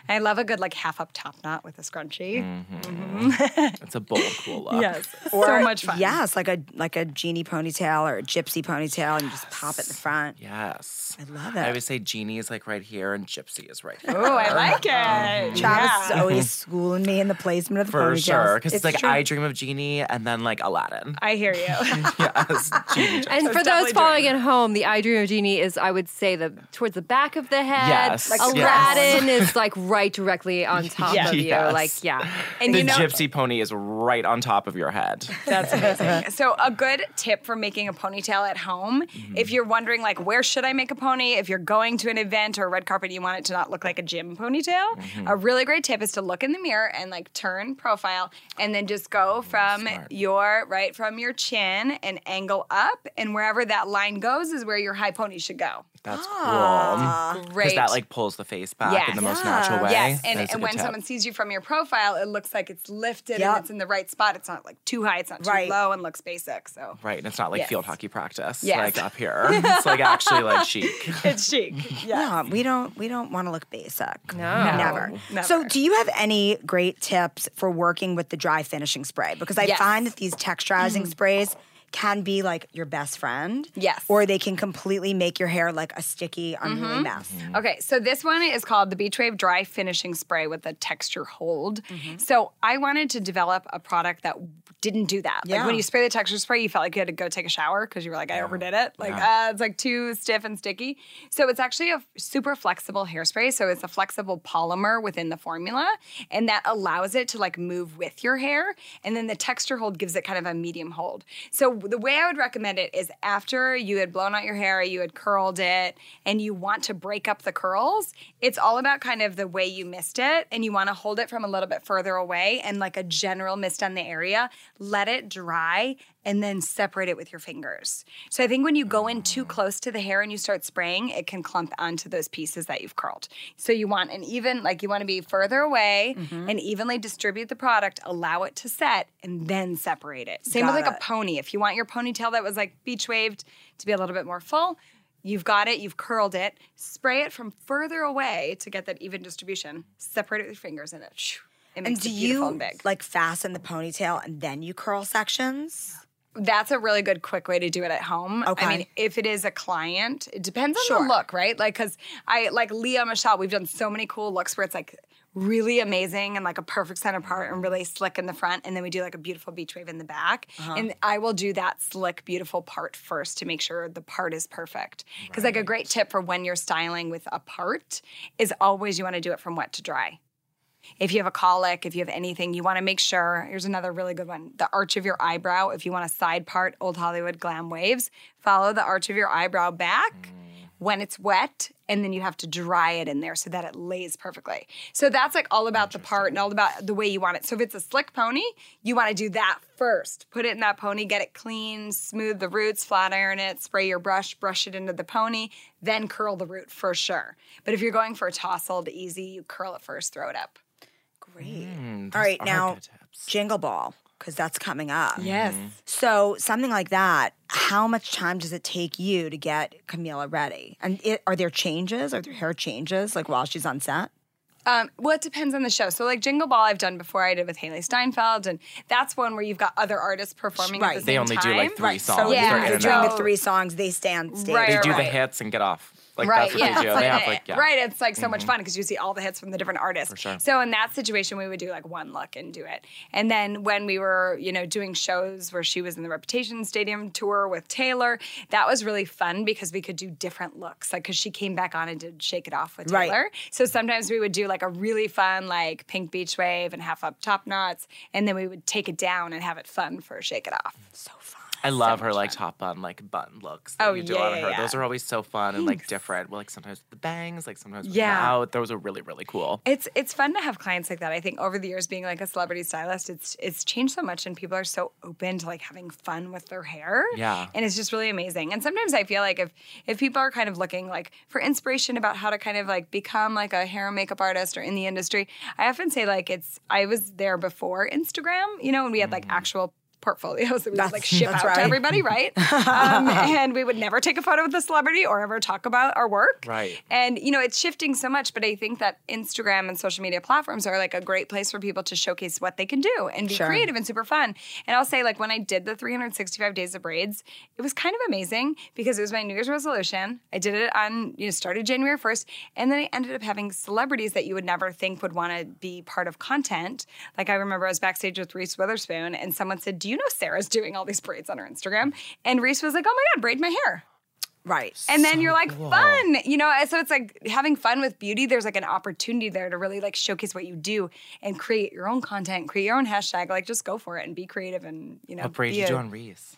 Speaker 4: I love a good like half up top knot with a scrunchie.
Speaker 5: It's a bold, cool look.
Speaker 4: so much fun.
Speaker 3: Yes, like a like a genie ponytail or a gypsy ponytail, and you just pop it in the front.
Speaker 5: Yes. I
Speaker 3: love
Speaker 5: I
Speaker 3: it.
Speaker 5: always say Genie is like right here and Gypsy is right here.
Speaker 4: Oh, I like
Speaker 5: Mm-hmm.
Speaker 4: it.
Speaker 3: Travis is always schooling me in the placement of the
Speaker 5: For
Speaker 3: ponytails.
Speaker 5: sure. Because it's, like
Speaker 3: true.
Speaker 5: I dream of Genie and then like Aladdin.
Speaker 4: I hear you.
Speaker 5: yes. Genie Gypsy.
Speaker 2: And for those
Speaker 4: definitely
Speaker 2: following at home, the I Dream of Genie is, I would say, the towards the back of the head.
Speaker 5: Yes. Like
Speaker 2: Aladdin is like right directly on top
Speaker 5: Yeah.
Speaker 2: of you.
Speaker 5: Yes.
Speaker 2: Like, yeah.
Speaker 4: and
Speaker 5: the
Speaker 4: you know,
Speaker 5: gypsy pony is right on top of your head.
Speaker 4: that's amazing. So, a good tip for making a ponytail at home,
Speaker 5: Mm-hmm.
Speaker 4: if you're wondering like where should I make a pony, if you're going to an event or a red carpet, and you want it to not look like a gym ponytail.
Speaker 5: Mm-hmm.
Speaker 4: A really great tip is to look in the mirror and like turn profile, and then just go from your right from your chin and angle up, and wherever that line goes is where your high pony should go.
Speaker 5: That's cool.
Speaker 4: Great.
Speaker 5: that like pulls the face back in
Speaker 4: Yes.
Speaker 5: the most natural way.
Speaker 4: Yes, and,
Speaker 5: That's a
Speaker 4: and
Speaker 5: good
Speaker 4: when
Speaker 5: tip.
Speaker 4: someone sees you from your profile, it looks like it's lifted
Speaker 3: Yep.
Speaker 4: and it's in the right spot. It's not like too high, it's not too
Speaker 3: Right.
Speaker 4: low, and looks basic. So
Speaker 5: Right, and it's not like
Speaker 4: Yes.
Speaker 5: field hockey practice,
Speaker 4: Yes.
Speaker 5: like up here. It's like actually like chic.
Speaker 4: it's chic. Yeah.
Speaker 3: No, we don't. We don't want to look basic.
Speaker 2: No.
Speaker 3: Never.
Speaker 4: Never.
Speaker 3: So, do you have any great tips for working with the dry finishing spray? Because I
Speaker 4: Yes.
Speaker 5: Mm-hmm.
Speaker 3: find that these texturizing sprays can be like your best friend.
Speaker 4: Yes. Mm-hmm.
Speaker 3: Or they can completely make your hair like a sticky, unruly mess.
Speaker 5: Mm-hmm.
Speaker 4: Okay, so this one is called the Beach Wave Dry Finishing Spray with a texture hold. So I wanted to develop a product that didn't do that.
Speaker 3: Yeah.
Speaker 4: Like when you spray the texture spray, you felt like you had to go take a shower because you were like, I overdid it. Like ah, it's like too stiff and sticky. So it's actually a super flexible hairspray. So it's a flexible polymer within the formula, and that allows it to like move with your hair. And then the texture hold gives it kind of a medium hold. So the way I would recommend it is after you had blown out your hair, you had curled it, and you want to break up the curls, it's all about kind of the way you missed it. And you want to hold it from a little bit further away and like a general mist on the area. Let it dry and then separate it with your fingers. So I think when you go in too close to the hair and you start spraying, it can clump onto those pieces that you've curled. So you want an even, like you want to be further away and evenly distribute the product, allow it to set, and then separate it. Same with
Speaker 3: Got
Speaker 4: like
Speaker 3: it.
Speaker 4: a pony. If you want your ponytail that was like beach waved to be a little bit more full, You've got it, you've curled it, spray it from further away to get that even distribution. Separate it with your fingers and it, shoo, it
Speaker 3: And
Speaker 4: makes
Speaker 3: do
Speaker 4: it beautiful
Speaker 3: you
Speaker 4: and big.
Speaker 3: like fasten the ponytail and then you curl sections?
Speaker 4: that's a really good quick way to do it at home.
Speaker 3: Okay.
Speaker 4: I mean, if it is a client, it depends on
Speaker 3: Sure.
Speaker 4: the look, right? Like, because I like Leah Michelle, we've done so many cool looks where it's like really amazing and like a perfect center part and really slick in the front. And then we do like a beautiful beach wave in the back.
Speaker 3: Uh-huh.
Speaker 4: And I will do that slick, beautiful part first to make sure the part is perfect. Because, like, a great tip for when you're styling with a part is always you want to do it from wet to dry if you have a colic, if you have anything, you want to make sure. Here's another really good one the arch of your eyebrow. If you want a side part, old Hollywood glam waves, follow the arch of your eyebrow back when it's wet, and then you have to dry it in there so that it lays perfectly. So that's like all about the part and all about the way you want it. So if it's a slick pony, you want to do that first. Put it in that pony, get it clean, smooth the roots, flat iron it, spray your brush, brush it into the pony, then curl the root for sure. But if you're going for a tousled, easy, you curl it first, throw it up.
Speaker 3: Great. All right,
Speaker 5: Mm, are
Speaker 3: now
Speaker 5: good tips.
Speaker 3: Jingle Ball, because that's coming up.
Speaker 4: Yes.
Speaker 5: Mm-hmm.
Speaker 3: So something like that. How much time does it take you to get Camila ready? And it, are there changes? Are there hair changes like while she's on set?
Speaker 4: Um, well, it depends on the show. So, like Jingle Ball, I've done before. I did with Haley Steinfeld, and that's one where you've got other artists performing.
Speaker 3: Right.
Speaker 4: At the
Speaker 5: They
Speaker 4: same
Speaker 5: only
Speaker 4: time.
Speaker 5: do like three songs.
Speaker 3: So
Speaker 5: They're
Speaker 4: yeah,
Speaker 5: in
Speaker 3: they're
Speaker 5: and
Speaker 3: doing the
Speaker 5: out.
Speaker 3: three songs. They stand stage.
Speaker 4: Right,
Speaker 5: They do the
Speaker 4: Right.
Speaker 5: hits and get off. Like
Speaker 4: Right,
Speaker 5: that's what
Speaker 4: yeah.
Speaker 5: they do. They have like yeah. Mm-hmm.
Speaker 4: Right, it's like so much fun because you see all the hits from the different artists.
Speaker 5: sure.
Speaker 4: So in that situation, we would do like one look and do it. And then when we were, you know, doing shows where she was in the Reputation Stadium tour with Taylor, that was really fun because we could do different looks. Like because she came back on and did Shake It Off with
Speaker 3: Right.
Speaker 4: Taylor. So sometimes we would do like a really fun like pink beach wave and half up top knots, and then we would take it down and have it fun for Shake It Off.
Speaker 5: Mm. I love her like top bun, like bun looks. that
Speaker 4: Oh,
Speaker 5: you do on
Speaker 4: yeah,
Speaker 5: her.
Speaker 4: yeah,
Speaker 5: Those are always so fun and like different. Well, like sometimes with the bangs, like sometimes with
Speaker 4: Yeah.
Speaker 5: the out. Those are really really cool.
Speaker 4: It's it's fun to have clients like that. I think over the years being like a celebrity stylist, it's it's changed so much and people are so open to like having fun with their hair.
Speaker 5: Yeah.
Speaker 4: And it's just really amazing. And sometimes I feel like if if people are kind of looking like for inspiration about how to kind of like become like a hair and makeup artist or in the industry, I often say like it's I was there before Instagram, you know, and we had
Speaker 5: Mm.
Speaker 4: like actual portfolios that we would like ship out
Speaker 3: right.
Speaker 4: to everybody, right? um, and we would never take a photo with a celebrity or ever talk about our work.
Speaker 5: Right.
Speaker 4: And you know, it's shifting so much, but I think that Instagram and social media platforms are like a great place for people to showcase what they can do and be
Speaker 3: Sure.
Speaker 4: creative and super fun. And I'll say, like, when I did the 365 days of braids, it was kind of amazing because it was my New Year's resolution. I did it on, you know, started January 1st, and then I ended up having celebrities that you would never think would want to be part of content. Like I remember I was backstage with Reese Witherspoon, and someone said, "Do you know Sarah's doing all these braids on her Instagram?" And Reese was like, "Oh my god, braid my hair."
Speaker 3: Right.
Speaker 4: and then you're like fun you know so it's like having fun with beauty there's like an opportunity there to really like showcase what you do and create your own content create your own hashtag like just go for it and be creative and you know
Speaker 5: What braid
Speaker 4: be
Speaker 5: you
Speaker 4: a-
Speaker 5: do on Reese?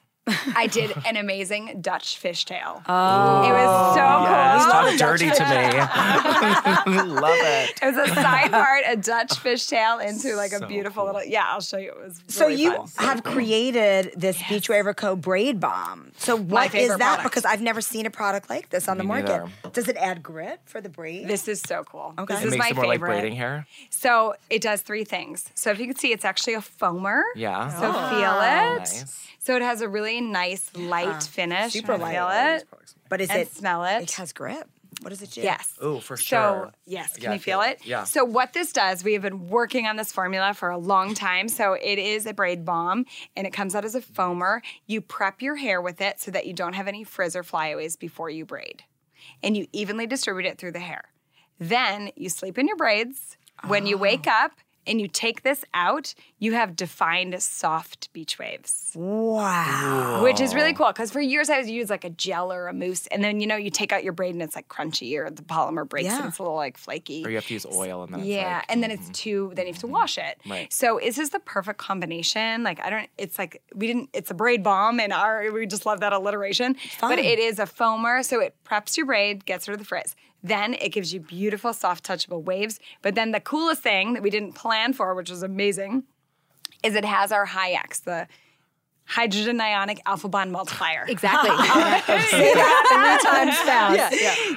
Speaker 4: i did an amazing dutch fishtail oh it was so cool
Speaker 5: Yes, talk dirty to me. love it.
Speaker 4: it was a side part a dutch fishtail into like a
Speaker 5: So
Speaker 4: beautiful
Speaker 5: cool.
Speaker 4: little yeah i'll show you it was
Speaker 3: So
Speaker 4: really
Speaker 3: you
Speaker 4: fun.
Speaker 3: have created this Beach Waver Co braid bomb. So what is
Speaker 4: favorite
Speaker 3: that?
Speaker 4: product.
Speaker 3: Because I've never seen a product like this on the market.
Speaker 5: neither.
Speaker 3: Does it add grit for the braid?
Speaker 4: this is so cool.
Speaker 3: Okay.
Speaker 4: This
Speaker 3: It
Speaker 4: is
Speaker 5: Makes
Speaker 4: my
Speaker 5: it more like
Speaker 4: favorite.
Speaker 5: braiding hair.
Speaker 4: So it does three things. So if you can see, it's actually a foamer.
Speaker 5: Yeah.
Speaker 4: So
Speaker 3: Oh.
Speaker 4: feel it.
Speaker 5: Nice.
Speaker 4: So it has a really nice light finish.
Speaker 3: super
Speaker 4: I Feel
Speaker 3: light.
Speaker 4: it
Speaker 3: but is
Speaker 4: and
Speaker 3: it?
Speaker 4: smell it.
Speaker 3: It has grip. What does it do?
Speaker 4: Yes.
Speaker 5: Ooh, for
Speaker 4: So
Speaker 5: sure.
Speaker 4: yes, can
Speaker 5: Yeah,
Speaker 4: you feel, it?
Speaker 5: Yeah.
Speaker 4: So what this does, we have been working on this formula for a long time. So it is a braid bomb, and it comes out as a foamer. You prep your hair with it so that you don't have any frizz or flyaways before you braid, and you evenly distribute it through the hair. Then you sleep in your braids. When you wake up and you take this out, you have defined soft beach waves
Speaker 3: Wow.
Speaker 4: which is really cool because for years I was used like a gel or a mousse, and then you know you take out your braid and it's like crunchy or the polymer breaks
Speaker 3: Yeah.
Speaker 4: and it's a little like flaky.
Speaker 5: or you have to use oil and then it's
Speaker 4: yeah,
Speaker 5: like- Mm-hmm.
Speaker 4: and then it's too. Then you have to wash it.
Speaker 5: Right.
Speaker 4: So is this the perfect combination? Like I don't. It's like we didn't. It's a braid bomb, and our we just love that alliteration.
Speaker 3: fun.
Speaker 4: But it is a foamer, so it preps your braid, gets rid of the frizz. Then it gives you beautiful, soft, touchable waves. But then the coolest thing that we didn't plan for, which was amazing, is it has our high X, the hydrogen ionic alpha bond multiplier.
Speaker 2: Exactly.
Speaker 3: Say that three times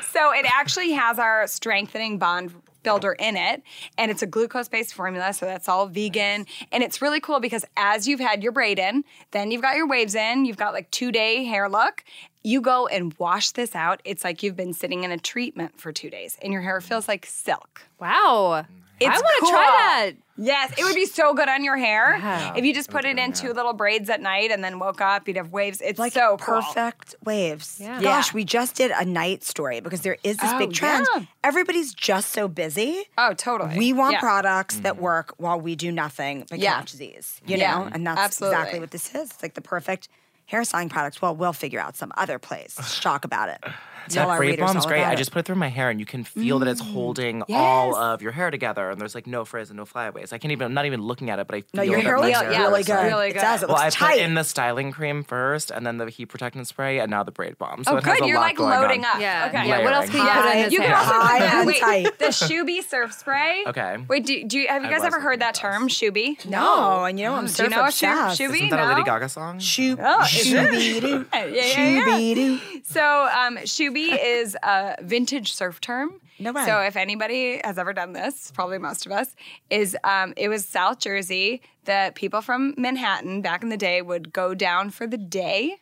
Speaker 3: fast.
Speaker 4: So it actually has our strengthening bond builder in it and it's a glucose-based formula so that's all vegan and it's really cool because as you've had your braid in then you've got your waves in you've got like two day hair look you go and wash this out it's like you've been sitting in a treatment for two days and your hair feels like silk
Speaker 2: wow.
Speaker 4: It's
Speaker 2: I want to
Speaker 4: cool.
Speaker 2: try that.
Speaker 4: yes it would be so good on your hair
Speaker 2: Yeah.
Speaker 4: if you just put it in two little braids at night and then woke up you'd have waves it's
Speaker 3: Like
Speaker 4: so cool.
Speaker 3: perfect waves.
Speaker 2: Yeah.
Speaker 3: Gosh,
Speaker 4: Yeah.
Speaker 3: we just did a night story because there is this
Speaker 4: Oh,
Speaker 3: big trend.
Speaker 4: yeah.
Speaker 3: Everybody's just so busy.
Speaker 4: oh totally
Speaker 3: We want
Speaker 4: Yeah.
Speaker 3: products that
Speaker 5: Mm-hmm.
Speaker 3: work while we do nothing but
Speaker 4: Yeah.
Speaker 3: catch disease, you
Speaker 4: Yeah.
Speaker 3: know? And that's
Speaker 4: Absolutely.
Speaker 3: exactly what this is. It's like the perfect hair styling product. Well, we'll figure out some other place. to Talk about it. Tell
Speaker 5: That
Speaker 3: our
Speaker 5: braid
Speaker 3: readers
Speaker 5: bomb's
Speaker 3: all
Speaker 5: great.
Speaker 3: about
Speaker 5: I
Speaker 3: it.
Speaker 5: just put it through my hair, and you can feel that it's holding all
Speaker 4: Yes.
Speaker 5: of your hair together. And there's like no frizz and no flyaways. I can't even. I'm not even looking at it, but I feel
Speaker 3: No, your
Speaker 5: it
Speaker 3: hair
Speaker 5: on my
Speaker 3: looks
Speaker 4: Yeah, yeah,
Speaker 3: really
Speaker 4: it's
Speaker 3: good.
Speaker 4: really
Speaker 3: It
Speaker 4: good.
Speaker 3: does. It
Speaker 5: Well, I
Speaker 3: looks tight.
Speaker 5: put in the styling cream first, and then the heat protectant spray, and now the braid bomb. So
Speaker 4: Oh,
Speaker 5: it has
Speaker 4: good.
Speaker 5: a
Speaker 4: You're
Speaker 5: lot
Speaker 4: like
Speaker 5: going on.
Speaker 4: loading up.
Speaker 2: Yeah.
Speaker 4: Okay.
Speaker 2: Yeah. What else can you put in
Speaker 3: Layering.
Speaker 2: this
Speaker 4: You can
Speaker 2: hair?
Speaker 4: also
Speaker 3: High
Speaker 4: put the,
Speaker 3: and
Speaker 4: wait,
Speaker 3: tight.
Speaker 4: the Shubie surf spray.
Speaker 5: Okay.
Speaker 4: Wait, do, do you have you
Speaker 5: I
Speaker 4: guys
Speaker 5: was
Speaker 4: ever heard
Speaker 5: looking
Speaker 4: that
Speaker 5: at those.
Speaker 4: term, Shubie?
Speaker 3: No, and you know I'm
Speaker 4: Do you
Speaker 3: surf
Speaker 4: know a
Speaker 3: obsessed.
Speaker 4: Shubie?
Speaker 5: Isn't that a Lady
Speaker 4: no?
Speaker 5: Gaga song?
Speaker 3: Shoo,
Speaker 4: Oh, is it?
Speaker 3: shoo-bee-doo,
Speaker 4: Yeah, yeah, yeah.
Speaker 3: shoo-bee-doo.
Speaker 4: So, um, Shubie is a vintage surf term.
Speaker 3: No way.
Speaker 4: So, if anybody has ever done this, probably most of us, is um, it was South Jersey that people from Manhattan back in the day would go down for the day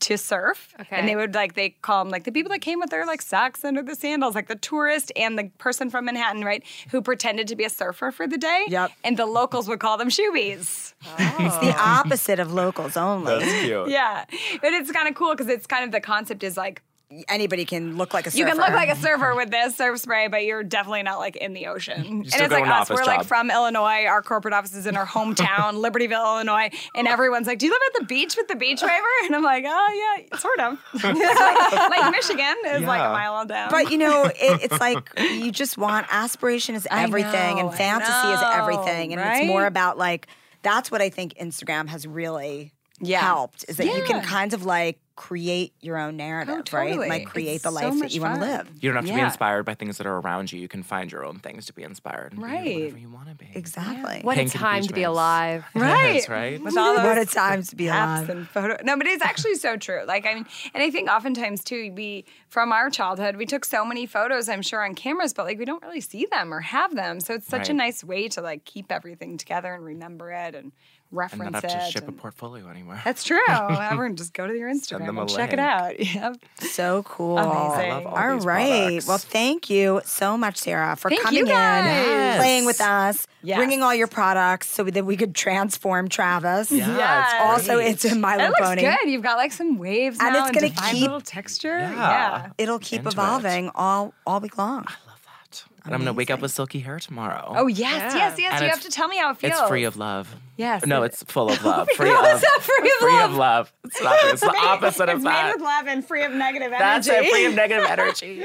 Speaker 4: to surf.
Speaker 2: Okay.
Speaker 4: And they would like, they call them like the people that came with their like socks under the sandals, like the tourist and the person from Manhattan, right, who pretended to be a surfer for the day.
Speaker 3: Yep.
Speaker 4: And the locals would call them Shubies.
Speaker 3: It's the opposite of locals only.
Speaker 5: cute.
Speaker 4: Yeah, but it's kind of cool because it's kind of the concept is like
Speaker 3: Anybody can look like a surfer.
Speaker 4: you can look like a surfer with this surf spray, but you're definitely not like in the ocean. and
Speaker 5: still
Speaker 4: it's
Speaker 5: got
Speaker 4: like
Speaker 5: an
Speaker 4: us;
Speaker 5: office
Speaker 4: we're
Speaker 5: job.
Speaker 4: like from Illinois. Our corporate office is in our hometown, Libertyville, Illinois, and everyone's like, "Do you live at the beach with the beach waiver?" And I'm like, "Oh yeah, sort of." It's like, like Michigan is like
Speaker 5: Yeah.
Speaker 4: a mile down.
Speaker 3: But you know, it, it's like you just want aspiration is everything,
Speaker 4: know,
Speaker 3: and
Speaker 4: I
Speaker 3: fantasy is everything, and
Speaker 4: know,
Speaker 3: it's more
Speaker 4: right?
Speaker 3: about like that's what I think Instagram has really
Speaker 4: Yeah.
Speaker 3: helped is that you can
Speaker 4: Yeah.
Speaker 3: kind of like create your own narrative, right?
Speaker 4: totally.
Speaker 3: Like create
Speaker 4: It's
Speaker 3: the
Speaker 4: so
Speaker 3: life that
Speaker 4: much
Speaker 3: you want to
Speaker 4: fun.
Speaker 3: live.
Speaker 5: You don't have to be
Speaker 4: Yeah.
Speaker 5: inspired by things that are around you. You can find your own things to be inspired. And Be
Speaker 4: Right.
Speaker 5: whatever you want to be.
Speaker 3: Exactly.
Speaker 2: What a
Speaker 5: Pink and
Speaker 2: time
Speaker 5: beach
Speaker 2: to be
Speaker 5: waves.
Speaker 2: alive.
Speaker 5: Right. right.
Speaker 4: with all those
Speaker 3: What a time to be
Speaker 4: apps
Speaker 3: alive.
Speaker 4: and photo. No, but it's actually so true. Like I mean, and I think oftentimes too, we from our childhood we took so many photos. I'm sure on cameras, but like we don't really see them or have them. So it's such a
Speaker 5: Right.
Speaker 4: nice way to like keep everything together and remember it and
Speaker 5: And
Speaker 4: reference
Speaker 5: not have to
Speaker 4: it.
Speaker 5: ship a
Speaker 4: and-
Speaker 5: portfolio anymore.
Speaker 4: that's true. Everyone just go to your
Speaker 5: them
Speaker 4: Instagram
Speaker 5: a
Speaker 4: and check it
Speaker 5: link.
Speaker 4: out. Yep.
Speaker 3: So cool.
Speaker 4: Amazing. I
Speaker 5: love all
Speaker 3: All
Speaker 5: these
Speaker 3: right.
Speaker 5: products.
Speaker 3: Well, thank you so much, Sarah, for
Speaker 4: Thank you
Speaker 3: coming in,
Speaker 4: guys.
Speaker 5: Yes.
Speaker 3: playing with us,
Speaker 4: Yes.
Speaker 3: bringing all your products so that we could transform Travis.
Speaker 5: Yeah, it's
Speaker 4: Yes.
Speaker 3: Also
Speaker 5: great.
Speaker 3: into My
Speaker 4: It
Speaker 3: Little
Speaker 4: looks
Speaker 3: Pony.
Speaker 4: good. You've got like some waves
Speaker 3: And
Speaker 4: now
Speaker 3: it's gonna
Speaker 4: and defined
Speaker 3: keep-
Speaker 4: little texture.
Speaker 5: Yeah.
Speaker 3: It'll keep
Speaker 5: Into it.
Speaker 3: evolving all all week long.
Speaker 5: Love that. And I'm gonna wake up with silky hair tomorrow.
Speaker 4: Oh yes, yes, yes.
Speaker 5: And
Speaker 4: you
Speaker 5: it's-
Speaker 4: have to tell me how it feels.
Speaker 5: It's free of love.
Speaker 4: Yes,
Speaker 5: No,
Speaker 4: it-
Speaker 5: it's full of love. Free of,
Speaker 4: it's not free of
Speaker 5: free
Speaker 4: love.
Speaker 5: of love. It's not. It's the opposite of
Speaker 4: It's made
Speaker 5: that.
Speaker 4: with love and free of negative energy.
Speaker 5: That's it. Free of negative energy.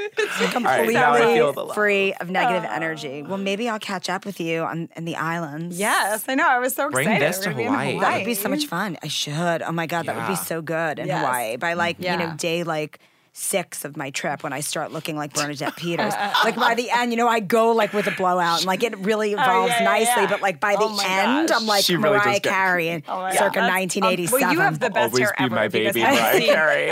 Speaker 5: All right, now I feel the
Speaker 3: Completely
Speaker 5: love.
Speaker 3: free of negative energy. Well, maybe I'll catch up with you on in the islands.
Speaker 4: Ah. Yes, I know. I was so
Speaker 5: Bring
Speaker 4: excited.
Speaker 5: this
Speaker 4: We're
Speaker 5: to
Speaker 4: gonna be in
Speaker 5: Hawaii.
Speaker 3: That would be so much fun. I should. Oh my god, that would be
Speaker 5: Yeah.
Speaker 3: so good in
Speaker 4: Yes.
Speaker 3: Hawaii. By like you know
Speaker 4: Yeah.
Speaker 3: day like six of my trip when I start looking like Bernadette Peters. like by the end, you know, I go like with a blowout and like it really evolves
Speaker 4: Oh, yeah,
Speaker 3: nicely.
Speaker 4: yeah. Oh
Speaker 3: But like by the
Speaker 4: my
Speaker 3: end,
Speaker 4: gosh.
Speaker 3: I'm like
Speaker 5: She really
Speaker 3: Mariah
Speaker 5: does get-
Speaker 3: Carey in
Speaker 4: Oh my God.
Speaker 3: circa
Speaker 4: That's- um,
Speaker 3: 1987.
Speaker 4: Well, you have the best
Speaker 5: Always
Speaker 4: hair
Speaker 5: be
Speaker 4: ever.
Speaker 5: my
Speaker 4: if you guys
Speaker 5: baby,
Speaker 4: haven't
Speaker 5: Mariah
Speaker 4: seen-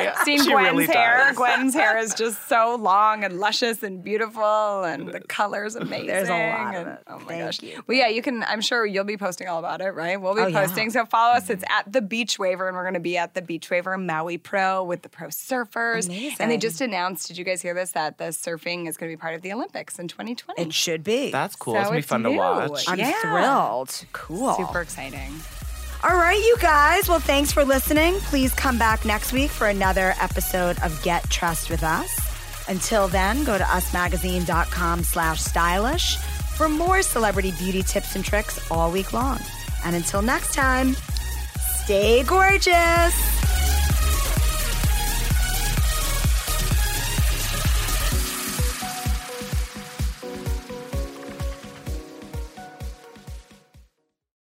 Speaker 5: Carey.
Speaker 4: Seen
Speaker 5: She
Speaker 4: Gwen's
Speaker 5: really
Speaker 4: hair.
Speaker 5: does.
Speaker 4: Gwen's hair is just so long and luscious and beautiful, and the color's amazing.
Speaker 3: There's a lot of
Speaker 4: and-
Speaker 3: it.
Speaker 4: Oh my
Speaker 3: Thank
Speaker 4: gosh.
Speaker 3: you.
Speaker 4: Well, yeah, you can. I'm sure you'll be posting all about it, right? We'll be
Speaker 3: Oh, yeah. Mm-hmm.
Speaker 4: posting. So follow us. It's at the Beach Waver, and we're going to be at the Beach Waver Maui Pro with the pro surfers, And they
Speaker 3: amazing.
Speaker 4: just announced, did you guys hear this? That the surfing is going to be part of the Olympics in 2020.
Speaker 3: It should be.
Speaker 5: That's cool.
Speaker 4: So
Speaker 5: it's gonna be
Speaker 4: it's
Speaker 5: fun to
Speaker 4: new.
Speaker 5: watch.
Speaker 3: I'm
Speaker 4: yeah.
Speaker 3: thrilled. Cool.
Speaker 4: Super exciting.
Speaker 3: All right, you guys. Well, thanks for listening. Please come back next week for another episode of Get Trust with Us. Until then, go to usmagazine.com slash stylish for more celebrity beauty tips and tricks all week long. And until next time, stay gorgeous.